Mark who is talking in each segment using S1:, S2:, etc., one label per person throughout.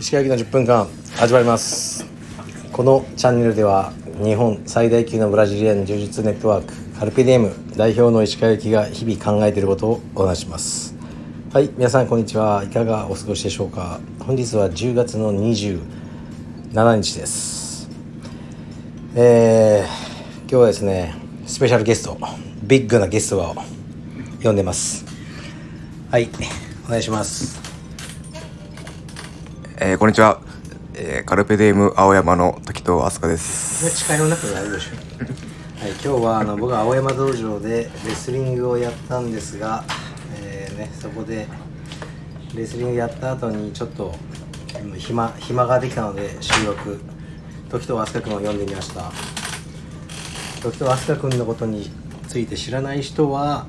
S1: 石焼きの10分間始まりますこのチャンネルでは日本最大級のブラジリアン柔術ネットワークカルペディエム代表の石川行きが日々考えていることをお話ししますはい皆さんこんにちはいかがお過ごしでしょうか本日は10月の27日ですえー、今日はですねスペシャルゲストビッグなゲストを呼んでますはいお願いします
S2: えー、こんにちは、えー、カルペディウム青山の時と飛鳥です
S1: 誓いの中であるでしょはい、今日はあの僕は青山道場でレスリングをやったんですが、えーね、そこでレスリングやった後にちょっとうん暇暇ができたので収録時と飛鳥君を呼んでみました時と飛鳥君のことについて知らない人は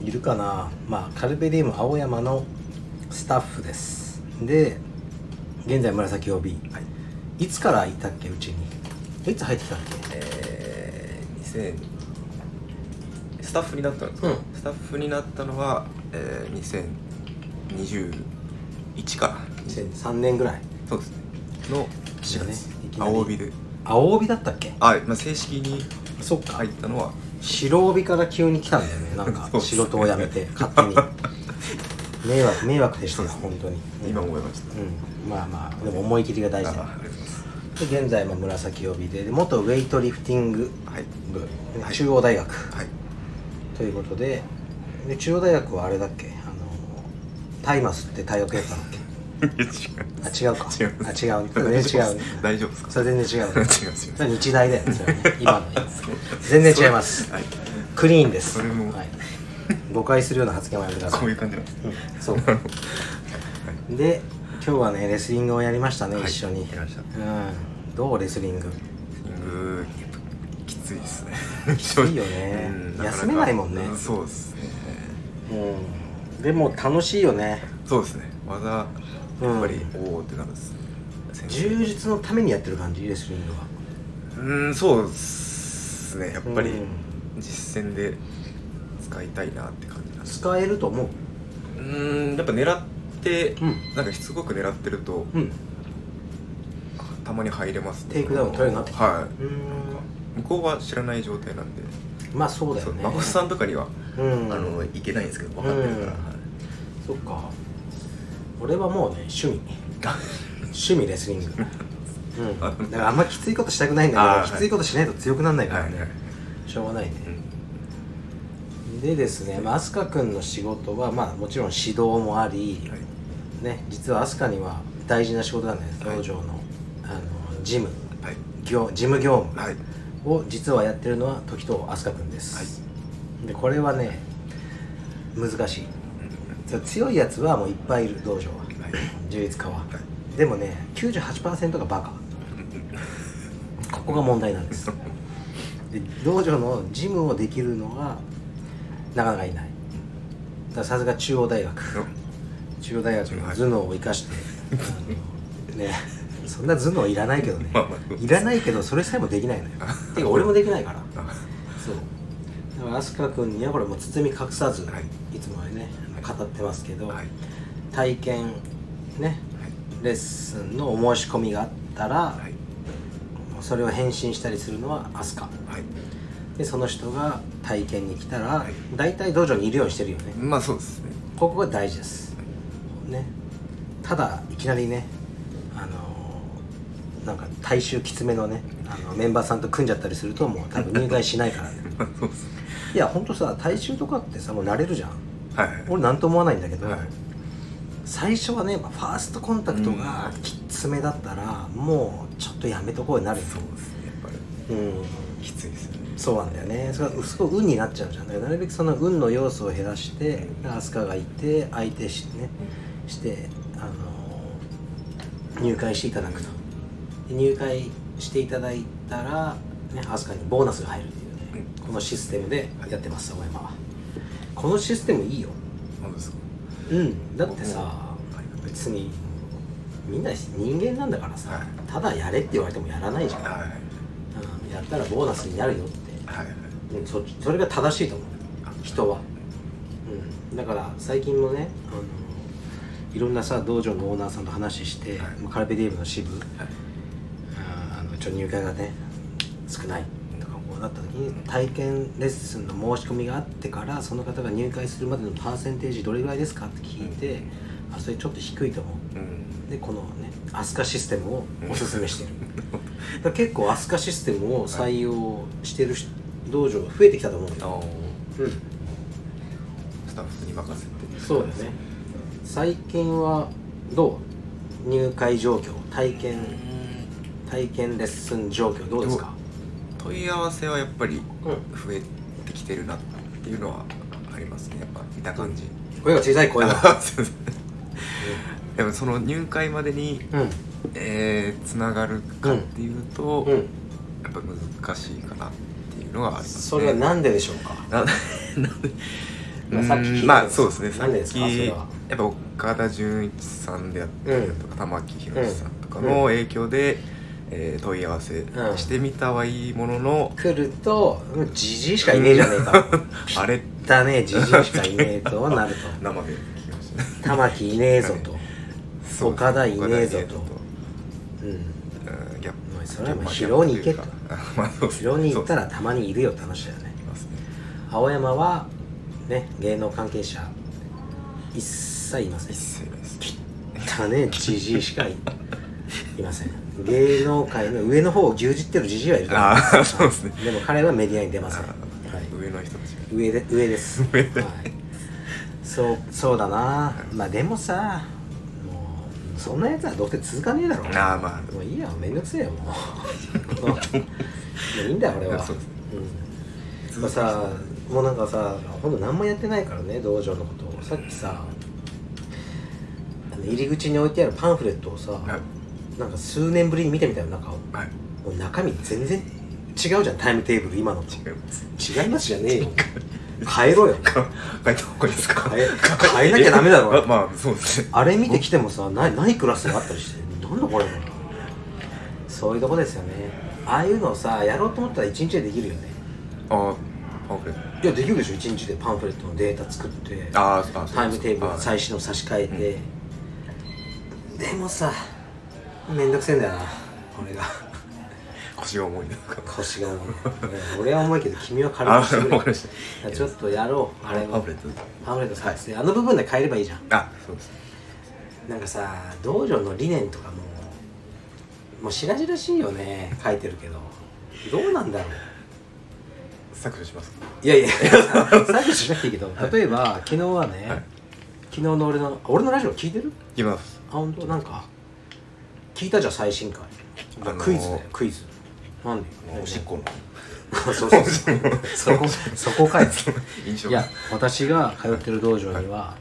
S1: いるかなまあカルベディウム青山のスタッフですで現在紫 OB、い、つからいたっけうちにいつ入ってきたっけ
S2: えー、2000スタッフになったんですか、
S1: うん
S2: スタッフになったのは、えー、2021から
S1: 2003年ぐらい
S2: そうですねの4
S1: だね
S2: 月、
S1: いきなり
S2: 青帯で
S1: 青帯だったっけ
S2: あ、まあ、正式に
S1: そっか
S2: 入ったのは
S1: 白帯から急に来たんだよ ねなんか
S2: そうっす
S1: 仕事を辞めて勝 手に迷惑迷惑でしたよ本当に
S2: 今思いました、
S1: うんまあまあでも思い切りが大
S2: あ
S1: 事
S2: ー
S1: だ
S2: ありがとうございます
S1: で現在も紫帯でで元ウェイトリフティング
S2: はい
S1: 部、
S2: はい
S1: 中央大学、
S2: はい
S1: ということでで中央大学はあれだっけあのタイマスって大学やったんだっけ
S2: いや違
S1: あ違うか
S2: 違いま
S1: あ
S2: す
S1: 違う全然違う
S2: 大丈夫ですか
S1: それ全然違う
S2: 違います違います
S1: それ日大だよね それはね今の全然違います
S2: はい
S1: クリーンです
S2: それも
S1: はい、誤解するような発言はやめてください
S2: こういう感じなんですね
S1: うんそうで今日はねレスリングをやりましたね、
S2: はい
S1: 一緒に
S2: やりました
S1: うんどうレスリング
S2: リングやっぱきついですねき
S1: ついよ ね休めないもんね
S2: そうですね
S1: うんでも楽しいよね
S2: そうですね技やっぱり、おおってなるっすね
S1: 充実のためにやってる感じレスリングは
S2: うんそうですねやっぱり
S1: うん
S2: 実戦で使いたいなって感じなんです
S1: 使えると思う
S2: うんやっぱ狙って、
S1: うん
S2: なんかしつこく狙ってると、
S1: うん
S2: たまに入れますね
S1: テイクダウン取れるようになってきた
S2: は
S1: うーん
S2: い向こうは知らない状態なんで
S1: まあそうだ
S2: そ
S1: よ
S2: う
S1: ね
S2: 孫さんとかには、
S1: うん
S2: あのいけないんですけど分かってるから、
S1: うん
S2: はい
S1: そっか俺はもうね趣味趣味レスリン グうん、だからあんまきついことしたくないんだ
S2: あ
S1: け
S2: ー
S1: どきついことしないと強くならないからね、
S2: はいはい
S1: しょうがないね
S2: う
S1: でですね、まあ、飛鳥君の仕事は、まあ、もちろん指導もあり、
S2: んはい
S1: ね、実は飛鳥には大事な仕事がね
S2: はい
S1: 道場の,、あの事務
S2: はい
S1: 業事務業務
S2: はい
S1: を実はやってるのは時と飛鳥君です、でこれはね難しいそう強いやつはもういっぱいいる道場は
S2: はい
S1: 充実家は、
S2: は
S1: でもね98%がバ カここが問題なんですで道場の事務をできるのがなかなかいないだからさすが中央大学中央大学の頭脳を生かしてあのねそんな頭脳いらないけどね
S2: まあまあ
S1: いらないけどそれさえもできないのよてか俺もできないから
S2: あ
S1: そうだから飛鳥君にはこれもう包み隠さず、、
S2: はい
S1: つもはね語ってますけど、
S2: はい
S1: 体験ねレッスンのお申し込みがあったら、
S2: はい
S1: それを返信したりするのは飛鳥
S2: はい
S1: でその人が体験に来たら、
S2: い
S1: 大体道場にいるようにしてるよね
S2: まあそうですね
S1: ここが大事です、ね、ただいきなりねあのーなんか大衆きつめのねあのメンバーさんと組んじゃったりするともう多分入会しないからね
S2: まあそうですね
S1: いやほんとさ大衆とかってさもう慣れるじゃん
S2: はい
S1: 俺なんとも思わないんだけど、
S2: はい
S1: 最初はねやっぱファーストコンタクトがきつめだったら、もうちょっとやめとこうになるよ
S2: そうですねやっぱり
S1: うん
S2: きついですよね
S1: そうなんだよねそれはすごい運になっちゃうじゃんだからなるべくその運の要素を減らして飛鳥がいて相手し,、ね、して、あのー入会していただくとで入会していただいたら、ね、飛鳥にボーナスが入るっていうねこのシステムでやってます青山はこのシステムいいよ
S2: 本当ですか
S1: うんだってさ
S2: ありがたいです
S1: 別にみんな人間なんだからさ、
S2: はい
S1: ただやれって言われてもやらないじゃん、
S2: はいはい
S1: うんやったらボーナスになるよって
S2: はい
S1: うん、そそれが正しいと思う人は、うん、だから最近もねあのいろんなさ道場のオーナーさんと話して、
S2: はい
S1: まあカルペディエムの支部、
S2: はい
S1: あーあのちょっと入会がね少ないとかこうなった時に体験レッスンの申し込みがあってからその方が入会するまでのパーセンテージどれぐらいですかって聞いて、あそれちょっと低いと思う
S2: うん
S1: でこのねアスカシステムをおすすめ してるだから結構アスカシステムを採用してるし道場が増えてきたと思うん
S2: あ
S1: だよ、
S2: の
S1: うん、
S2: スタッフに任せて
S1: そうですね最近はどう入会状況体験
S2: うん
S1: 体験レッスン状況どうですか
S2: 問い合わせはやっぱり
S1: う
S2: 増えてきてるなっていうのはありますねやっぱ見た感じ、
S1: 声が小さい声が
S2: そうです でもその入会までに
S1: うん
S2: えーつながるかっていうと、
S1: うん
S2: やっぱ難しいかなっていうのはありますね
S1: それはなんででしょうか
S2: な なんで
S1: まあさっき聞いたんです
S2: うんまあそうですねさ
S1: なんでで
S2: っ
S1: す
S2: き
S1: かそれは
S2: やっぱ岡田准一さんであったりだとか、玉木宏さんとか
S1: うん
S2: の影響で、えー問い合わせ
S1: うん
S2: してみたはいいものの、
S1: 来るとうんじじいしかいねえじゃねえか
S2: あれ
S1: だねじじいしかいねえとな ると
S2: 生で聞きましたね
S1: 玉木いねえぞと
S2: そう
S1: 岡田いねえぞと
S2: 岡
S1: うん
S2: 田いねえぞとうんギャップ
S1: まあそれはもう
S2: まあ
S1: 疲労に行けと
S2: ギャップいうか まあそうですね
S1: 後ろに行った
S2: そう
S1: らたまにいるよって話だよね
S2: ですいますね
S1: 青山はね芸能関係者一切いません
S2: 一切ないです
S1: だねじじいしかいいません芸能界の上の方を牛耳ってるじじいはいると思います
S2: あーそうですね
S1: でも彼はメディアに出ません、は
S2: あ
S1: い、
S2: 上の人たち
S1: 上で上です
S2: 上で
S1: はい、そうそうだなまあでもさもうそんなやつはどうせ続かねえだろ
S2: ああまあ
S1: もういいやめんどくせえよもう もういいんだよ俺は
S2: そうですね
S1: うんまあさもうなんかさほんと何もやってないからね道場のことをさっきさあの入り口に置いてあるパンフレットをさ、
S2: はい
S1: なんか数年ぶりに見てみたよ中を
S2: はい
S1: もう中身全然違うじゃんタイムテーブル今のと
S2: 違います
S1: 違いますじゃねえよ変えろよ
S2: か変えた方がいいですか
S1: 変え変えなきゃダメだろ
S2: あまあそうですね
S1: あれ見てきてもさないないクラスがあったりしてなんだこれそういうとこですよねああいうのをさやろうと思ったら1日でできるよね
S2: あパンフレッ
S1: いやできるでしょ1日でパンフレットのデータ作って
S2: トあーあそうです
S1: タイムテーブル
S2: あ
S1: 最新の差し替えて、でもさめんどくせえんだよな俺が
S2: 腰が重いなとか
S1: 腰 が重い俺は重いけど君は軽くしてく
S2: あわかりました
S1: れちょっとやろうあれを
S2: パンフレット
S1: パンフレット作成、あの部分で変えればいいじゃん
S2: あそうです
S1: なんかさ道場の理念とかももう白々しいよね書いてるけどどうなんだろう
S2: 削除しますか
S1: いやいや削除しなくていいけど 例えば昨日はね、
S2: はい
S1: 昨日の俺の俺のラジオ聞いてる
S2: いきます
S1: あ本当なんか聞いたじゃん最新回、
S2: あのー
S1: クイズだよクイズなんで
S2: おしっこの
S1: そうそうそうそこそこかい
S2: 印象
S1: いや私が通ってる道場には、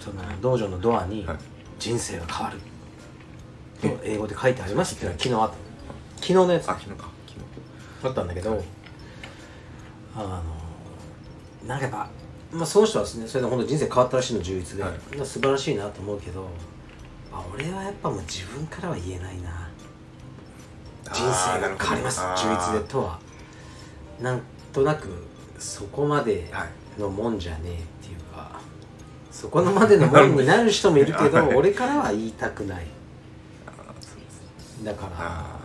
S1: その道場のドアに
S2: はい
S1: 「人生は変わる」と英語で書いてありますっていうのが昨日あった昨日のやつ
S2: あ
S1: だ
S2: 昨日か昨
S1: ったんだけどあのなんかやっぱ、まあ、その人はですねそれで本当人生変わったらしいの11で、
S2: はい
S1: 素晴らしいなと思うけど、まあ、俺はやっぱもう自分からは言えないな
S2: 日
S1: 人生が変わります
S2: あー
S1: 11でとはなんとなくそこまで
S2: はい
S1: のもんじゃねえっていうかそこのまでのもんになる人もいるけ
S2: なる
S1: ど
S2: ほど
S1: 俺からは言いたくない
S2: あーそうです
S1: だから
S2: あ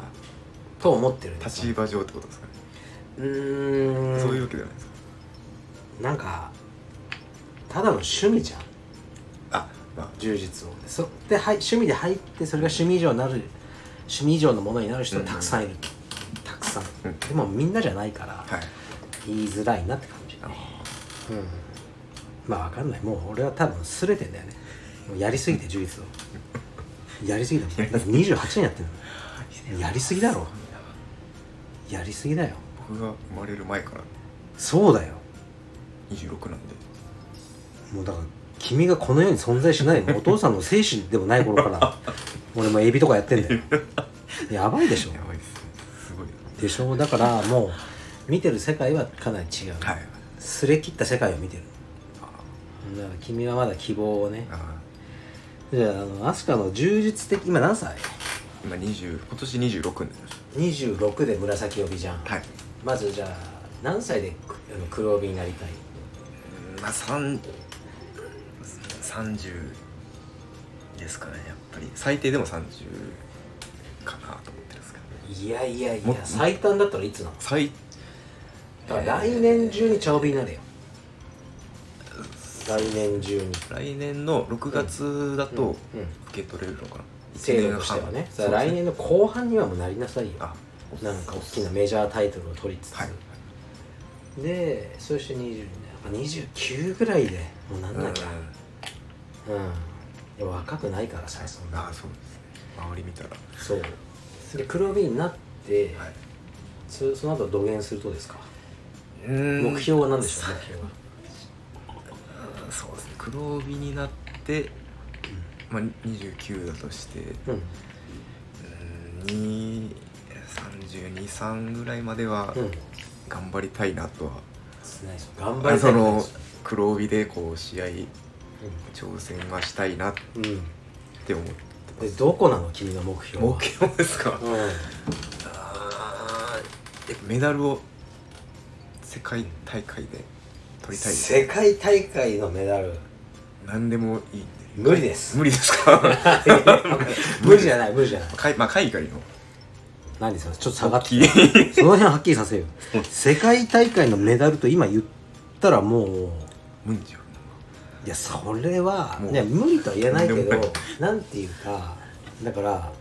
S1: と思ってるん
S2: ー
S1: です
S2: 立場上ってことですかね
S1: うーん
S2: そういうわけじゃないですか
S1: なんかただの趣味じゃん
S2: あま
S1: 充実をそで、はい、趣味で入ってそれが趣味以上になる趣味以上のものになる人はたくさんいる、たくさん、
S2: うん
S1: でもみんなじゃないから、
S2: あはい
S1: 言いづらいなって感じ
S2: あ
S1: うんまあ分かんないもう俺は多分すれてんだよねもうやりすぎて充実をやりすぎだもんだって28年やってるのやりすぎだろやりすぎだよ
S2: 僕が生まれる前から
S1: そうだよ
S2: 26なんで
S1: もうだから君がこの世に存在しないもうお父さんの精神でもない頃から俺もエビとかやってんだ よやばいでしょ
S2: やばいですねすごい
S1: でしょだからもう見てる世界はかなり違う、
S2: はい
S1: すれ切った世界を見てる
S2: あ
S1: だから君はまだ希望をね
S2: ーあ
S1: じゃああの飛鳥の柔術的今何歳
S2: ー今20今年26になりまし
S1: ?26 で紫帯じゃん、
S2: たはい
S1: まずじゃあ何歳でくあの黒帯になりたい
S2: まあ三三十
S1: ですからやっぱり
S2: 最低でも30かなと思ってるんですけど
S1: いやいやい
S2: もっ
S1: や最短だったらいつなの
S2: 最
S1: だから来年中にチャオビになれよ来年中に
S2: 来年の6月だと
S1: うんうん
S2: 受け取れるのかな、一
S1: 制度としてはね
S2: そう
S1: さあ
S2: です
S1: 来年の後半にはもうなりなさいよ
S2: あ
S1: なんか大きなメジャータイトルを取りつつ、
S2: はい
S1: でそして20やっぱ29ぐらいでもうなんなきゃうん、でも若くないからさそん
S2: あ
S1: な
S2: あそうですね周り見たらは
S1: そうで黒 B になって、
S2: い
S1: そその後は土下するとですか、
S2: うーん
S1: 目標は何でしょう目標は
S2: うんそうですね黒帯になって、まあ、29だとして
S1: うん
S2: 232ぐらいまでは
S1: うん
S2: 頑張りたいなとは、
S1: ないですよ頑張
S2: あ
S1: りた
S2: そ
S1: いないで
S2: の
S1: すよ
S2: 黒帯でこう試合挑戦はしたいなっ
S1: うん、うん、
S2: て思って
S1: でどこなの君の目標は
S2: 目標ですか
S1: う
S2: あーえメダルを世界大会で取
S1: ん、
S2: りたいです
S1: 世界大会のメダル
S2: 何でもいい
S1: 無理です
S2: 無理ですか
S1: 無理じゃない無理じゃない
S2: かいまあ海外の
S1: 何それちょっと下がって
S2: 大きい
S1: その辺はっきりさせよ世界大会のメダルと今言ったらもう
S2: 無理じゃん
S1: いやそれは
S2: もう
S1: ね無理とは言えないけ
S2: とんでもな
S1: ど
S2: い
S1: なんていうかだから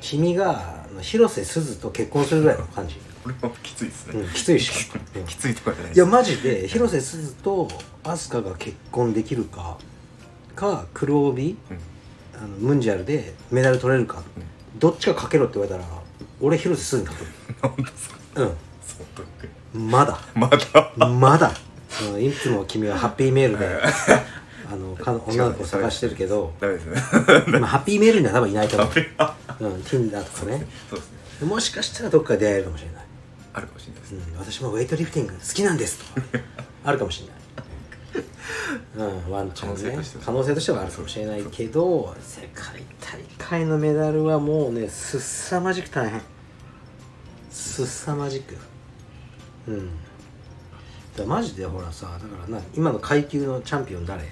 S1: 君があの広瀬すずと結婚するぐらいの感じ、
S2: これはきついですね、
S1: うん、きついっしょ、うん
S2: きついとかじゃない
S1: いやマジで広瀬すずと飛鳥が結婚できるかか黒帯あのムンジャルでメダル取れるか、どっちかかけろって言われたら俺広瀬すずにかけ
S2: 本当ですか
S1: る
S2: そうと
S1: うんまだ
S2: まだ
S1: まだうんいつも君はハッピーメールで あのか女の子を探してるけど
S2: ダメですね
S1: 今ハッピーメールには多分いないと思
S2: ダメあ
S1: う、うん、Tinder とかね
S2: そうですね
S1: もしかしたらどっかで出会えるかもしれない、
S2: あるかもしれないですね
S1: うん、私もウェイトリフティング好きなんです とかあるかもしれない、うん、ワンチャン
S2: 可能性
S1: ね
S2: としては
S1: 可能性としてはあるかもしれないけど世界大会のメダルはもうねすさまじく大変すさまじくうんだからマジでほらさだからな今の階級のチャンピオン誰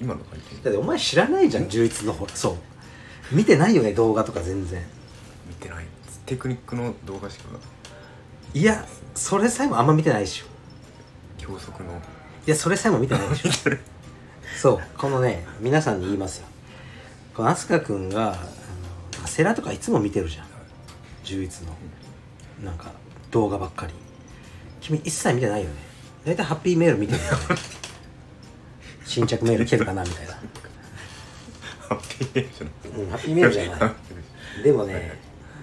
S2: 今の感
S1: だ
S2: じ
S1: ってお前知らないじゃん11のほらそう見てないよね動画とか全然
S2: 見てないテクニックの動画しか
S1: いやそれさえもあんま見てないでしょ
S2: 教則の
S1: いやそれさえも見てないでしょそうこのね皆さんに言いますよこの飛鳥君があのセラとかいつも見てるじゃん11のなんか動画ばっかり君一切見てないよね大体ハッピーメール見てるよね新着メール来てるかなみたいな
S2: ハッピーメールじゃない
S1: うんハッピーメール じゃないでもね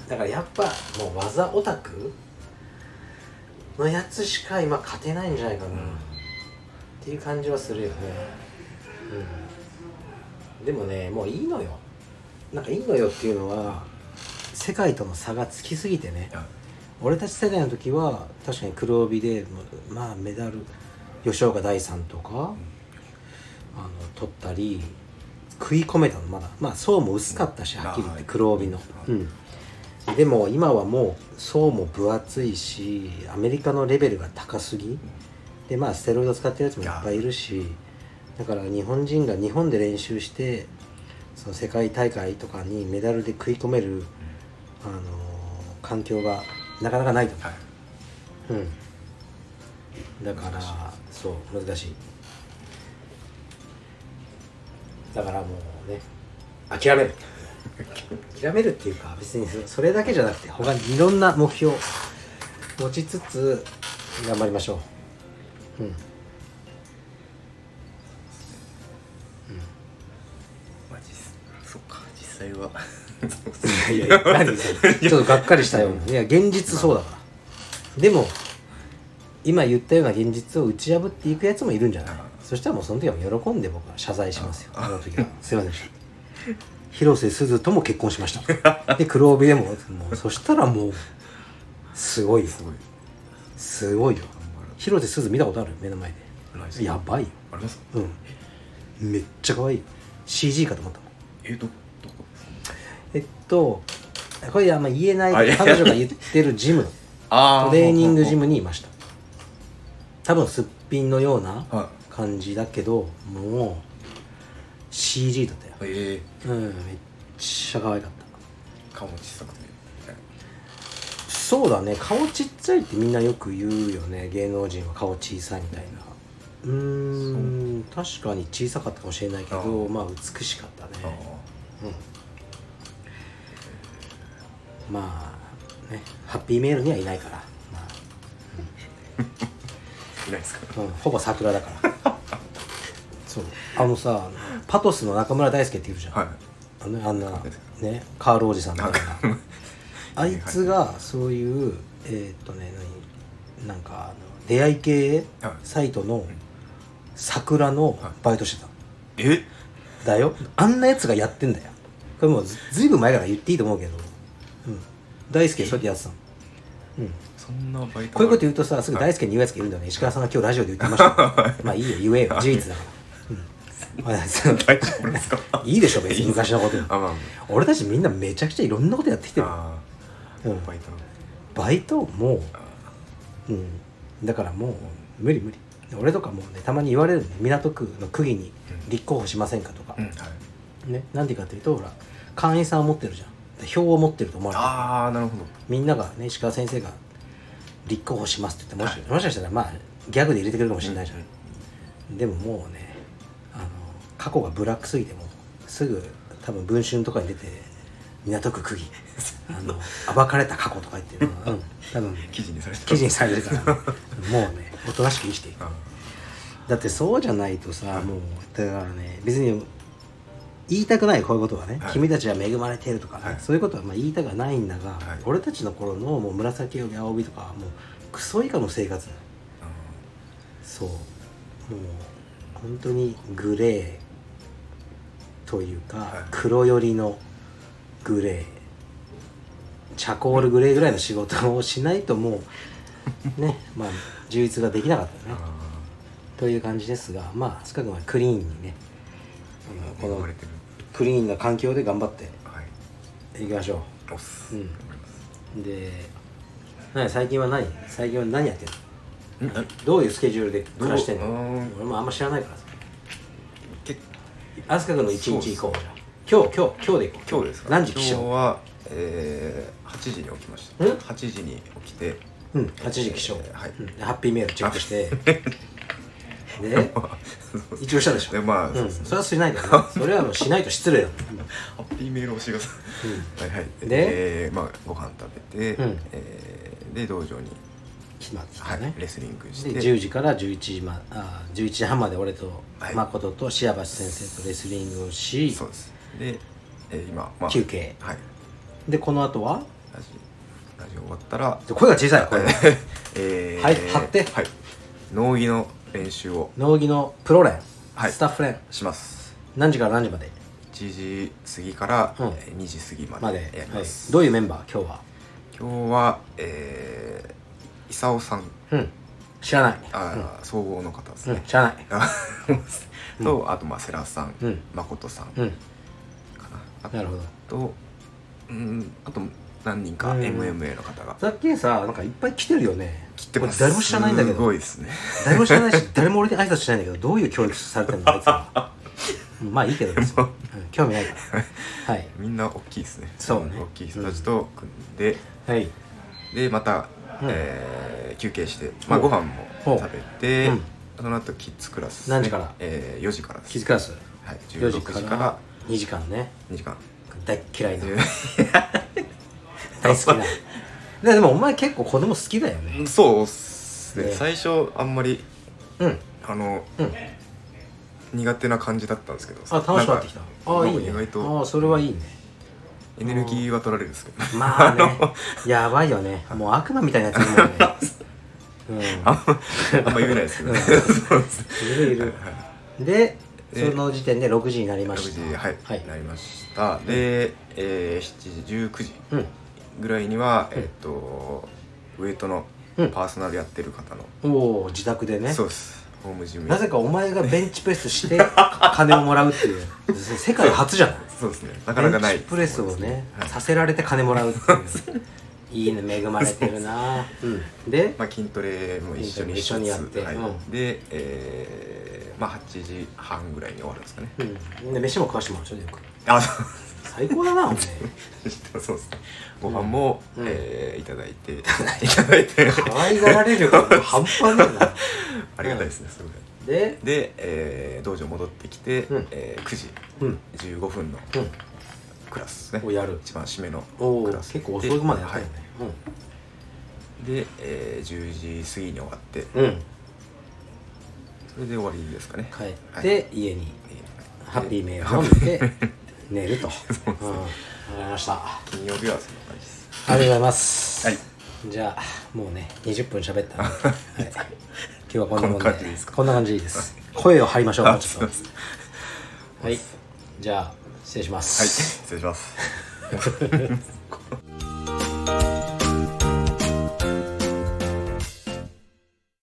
S1: だからやっぱもう技オタクのやつしか今勝てないんじゃないかな、っていう感じはするよね、うん、でもねもういいのよなんかいいのよっていうのは世界との差がつきすぎてね
S2: あ
S1: 俺たち世代の時は確かに黒帯でまあメダル吉岡大さんとか、あの取ったり食い込めたのまだまあ層も薄かったし
S2: うん
S1: はっきり言っ
S2: あは
S1: て
S2: い
S1: 黒帯の、
S2: う
S1: うん、でも今はもう層も分厚いしアメリカのレベルが高すぎでまあステロイド使ってるやつもいっぱいいるしだから日本人が日本で練習してその世界大会とかにメダルで食い込める、あのー環境がなかなかないと思
S2: はい、
S1: う、うん、だからそう難しいだからもうね諦める諦めるっていうか別にそそれだけじゃなくて他にいろんな目標を持ちつつ頑張りましょううん
S2: まあ、実そっか実際 は
S1: いやいや何それちょっとがっかりしたよいや現実そうだからでも今言ったような現実を打ち破っていくやつもいるんじゃないそしたらもうその時は喜んで僕は謝罪しますよあの時はすいませんでした広瀬すずとも結婚しましたで黒帯でももうそしたらもうすごいよ
S2: すごい
S1: すごいよ
S2: 頑張
S1: 広瀬すず見たことある目の前
S2: らないです
S1: でやばいよ
S2: ありますか
S1: うんめっちゃ可愛い CG かと思ったもん
S2: えどどこですか
S1: えっとこれあんま言えな
S2: あい
S1: い
S2: や
S1: 彼女が言ってる ジム
S2: あ
S1: トレーニングジ
S2: ム
S1: ムにいました多分すっぴんのような
S2: は
S1: 感じだけどもう CG だったよ
S2: ええ
S1: うんめっちゃ可愛かっ
S2: 顔も小さくて
S1: たそうだね顔ちっちゃいってみんなよく言うよね芸能人は顔小さいみたいなうーん確かに小さかったかもしれないけ
S2: あ
S1: ど
S2: ー
S1: まあ美しかった
S2: あ
S1: ね
S2: あ
S1: うんまあねハッピーメールにはいないから、ま
S2: いないですか
S1: あうん、ほぼ桜だから そうあのさパトスの中村大輔っているじゃん、
S2: はい
S1: あのねあんなねカールおじさんみたいなあいつがそういうえーっとね何なんかあの出会い系
S2: はい
S1: サイトの桜のバイトしてた、
S2: え
S1: だよあんなやつがやってんだよこれもうずずいぶん前から言っていいと思うけど、うん、大輔そうやってやってたの、うん、
S2: そんなバイト
S1: こういうこと言
S2: う
S1: うとさすぐ大輔に言うやつがいるんだよね石川さんが今日ラジオで言ってま したまあいいよ言えよ事実だ から、うんまあそう
S2: 大丈 夫ですか
S1: いいでしょ別に昔のこと
S2: あまあ
S1: 俺たちみんなめちゃくちゃいろんなことやってきてる
S2: ああ
S1: うん
S2: バイト
S1: バイトも
S2: あ
S1: う、うん、だからもう無理無理俺とかもうねたまに言われるのね港区の区議に立候補しませんかとか
S2: あう、んはい
S1: ねなんでかというとほら会員さんを持ってるじゃんで票を持ってると思われてる
S2: ああなるほど
S1: みんながね石川先生が立候補しますって言ってもし,、もしかしたらまあギャグで入れてくれるかもしれないじゃん、
S2: うん
S1: でももうねあの過去がブラックすぎてもうすぐ多分文春とかに出て港区区議あの暴かれた過去とか言ってる、うん、多分
S2: 記事にされてた
S1: 記事にされるから、もうねおとなしく生きていく
S2: あ
S1: だってそうじゃないとさもうだからね別に言いたくないこういうことはね、
S2: はい
S1: 君たちは恵まれてるとかね、
S2: はい
S1: そういうことはまあ言いたくはないんだが、
S2: はい
S1: 俺たちの頃のもう紫帯青帯とかはもうクソ以下の生活だ
S2: あ
S1: そうもう本当にグレーというか、
S2: はい
S1: 黒寄りのグレーチャコールグレーぐらいの仕事をしないともうねまあ充実ができなかった
S2: あ
S1: よねという感じですがまあ塚君はクリーンにねあの
S2: こ
S1: こ
S2: の
S1: の
S2: れてる
S1: クリーンな環境で頑張って
S2: はい
S1: いきましょ
S2: おっ
S1: う
S2: す
S1: ん
S2: 頑張ります
S1: うで何最近は何最近は何やってんの
S2: んあ
S1: どういうスケジュールで暮らしてん
S2: どうう
S1: の
S2: ん
S1: 俺もあんま知らないからさ
S2: け
S1: 飛鳥君の一日行こうじゃあ今日今日今日で行こう
S2: 今日ですか
S1: 何時起
S2: 今日
S1: 床
S2: は、えー、8時に起きました
S1: ん
S2: 8時に起きて
S1: うん8時起床、
S2: えーはい
S1: うんでハッピーメールチェックしてで
S2: まあそう
S1: 一応したでしょ
S2: でまあ
S1: う、
S2: そうんですね
S1: それはしないだろそれはもうしないと失礼だもん
S2: ハッピーメールをしてください、はいはい
S1: で
S2: えーまあ、ご飯食べて、
S1: うん
S2: えーで道場に、
S1: 決まってき
S2: は
S1: たね
S2: い、、レスリングして
S1: で10時から11時,、ま、あ11時半まで俺と
S2: はい
S1: 誠とシアバシ先生とレスリングをし、
S2: そうですで、えー今、まあ、
S1: 休憩
S2: はい
S1: でこの後は
S2: ラジラジオ終わった ら
S1: で声が小さい声が
S2: えー
S1: はい張って
S2: はい、農技の練習を
S1: 農技のプロ練、
S2: はい
S1: スタッフ練
S2: します
S1: 何時から何時まで
S2: 1時過ぎから、
S1: うん
S2: えー2時過ぎま
S1: ま
S2: で
S1: で、
S2: やり
S1: は
S2: ま
S1: い
S2: す、
S1: どういうメンバー今日は
S2: 今日はえー、功さん
S1: うん知らない
S2: あー、総合の方です
S1: うん
S2: ね、
S1: 知らない
S2: あ と、あとまあ世良さん、
S1: うん
S2: 誠さんか
S1: うん
S2: な、
S1: なるほど
S2: あとうんあと何人か
S1: うん
S2: MMA の方が
S1: さっきさなんかいっぱい来てるよね
S2: 切ってます
S1: 俺誰も知らないんだけ
S2: すご
S1: ど
S2: いですね
S1: 誰も知らないし誰も俺に挨拶しないんだけどどういう教育されてるのあいつ らうんまあいいけど別に、うん興味ないからはい
S2: みんな大きいですね
S1: そうね
S2: 大きい人たちと組んで、
S1: はい
S2: でまた、
S1: うん
S2: えー休憩して、まあ、
S1: ほ
S2: ご
S1: う
S2: 飯も
S1: ほう
S2: 食べて、
S1: うん
S2: その後キッズクラスですね、
S1: 何時から
S2: えー、4時からです
S1: 気づかず
S2: はい、16
S1: 4
S2: 時
S1: 時
S2: か
S1: からら2時間ね
S2: 2時間
S1: 大っ嫌いな
S2: 10
S1: 大好きなででもお前結構子供好きだよね
S2: そうっすね
S1: ね
S2: 最初あんまり
S1: うん
S2: あの、
S1: うん
S2: 苦手な感じだったんですけど
S1: あ楽しくなってきた
S2: んか
S1: ああいいね
S2: 意外と
S1: ああそれはいいね
S2: エネルギーは取られるんですけど
S1: まあねやばいよねもう悪魔みたいなやついるもん ね うん
S2: あんまあんま言えない ですけどねそうっす
S1: いるいるで
S2: で
S1: その時点で6時になりました
S2: 6時はい、
S1: はい
S2: なりましたで、えー、7時19時
S1: うん
S2: ぐらいには、
S1: うん
S2: えっとウエイトの
S1: うん
S2: パーソナルやってる方の、
S1: おお自宅でね
S2: そうですホームジム
S1: なぜかお前がベンチプレスして金をもらうって いう世界初じゃない
S2: そうですねなかなかない
S1: ベンチプレスをね、
S2: はい
S1: させられて金もらうっていういいね恵まれてる な、うん、で
S2: まあ、筋トレも一緒にしつつ
S1: 筋トレも一緒にやって
S2: はい
S1: うん
S2: で、えーまあ8時半ぐらいに終わるんですかね
S1: うんで飯も食わしてもらうでしょよく
S2: あそう
S1: 最高だなおめ
S2: そうですねご飯も、
S1: うん
S2: えーいただいていただ いて
S1: 可愛がられるから半端ない な
S2: ありがたいですねすごい
S1: で
S2: で、えー道場戻ってきて、
S1: うん
S2: えー9時
S1: うん
S2: 15分の
S1: うん
S2: クラスです
S1: を
S2: ね
S1: やる
S2: 一番締めの
S1: おお
S2: クラス
S1: 結構遅くまでやった
S2: は
S1: よ
S2: い
S1: ね、
S2: で、えー10時過ぎに終わって
S1: うんうん
S2: それで終わりですかね
S1: 帰っ
S2: はい
S1: て家にハッピーメールを見て寝ると うんわかりましたあ
S2: 金曜日はそんな感じです
S1: りがとうございます
S2: はい
S1: じゃあもうね20分喋 ったんで、はい、今日はこんなもん
S2: こんな感じでいいですか
S1: こんな感じでいいです声を張りましょうも
S2: あ
S1: うち
S2: す
S1: ょっ
S2: いま
S1: と
S2: せんはい
S1: はいじゃあ失礼します
S2: 失礼します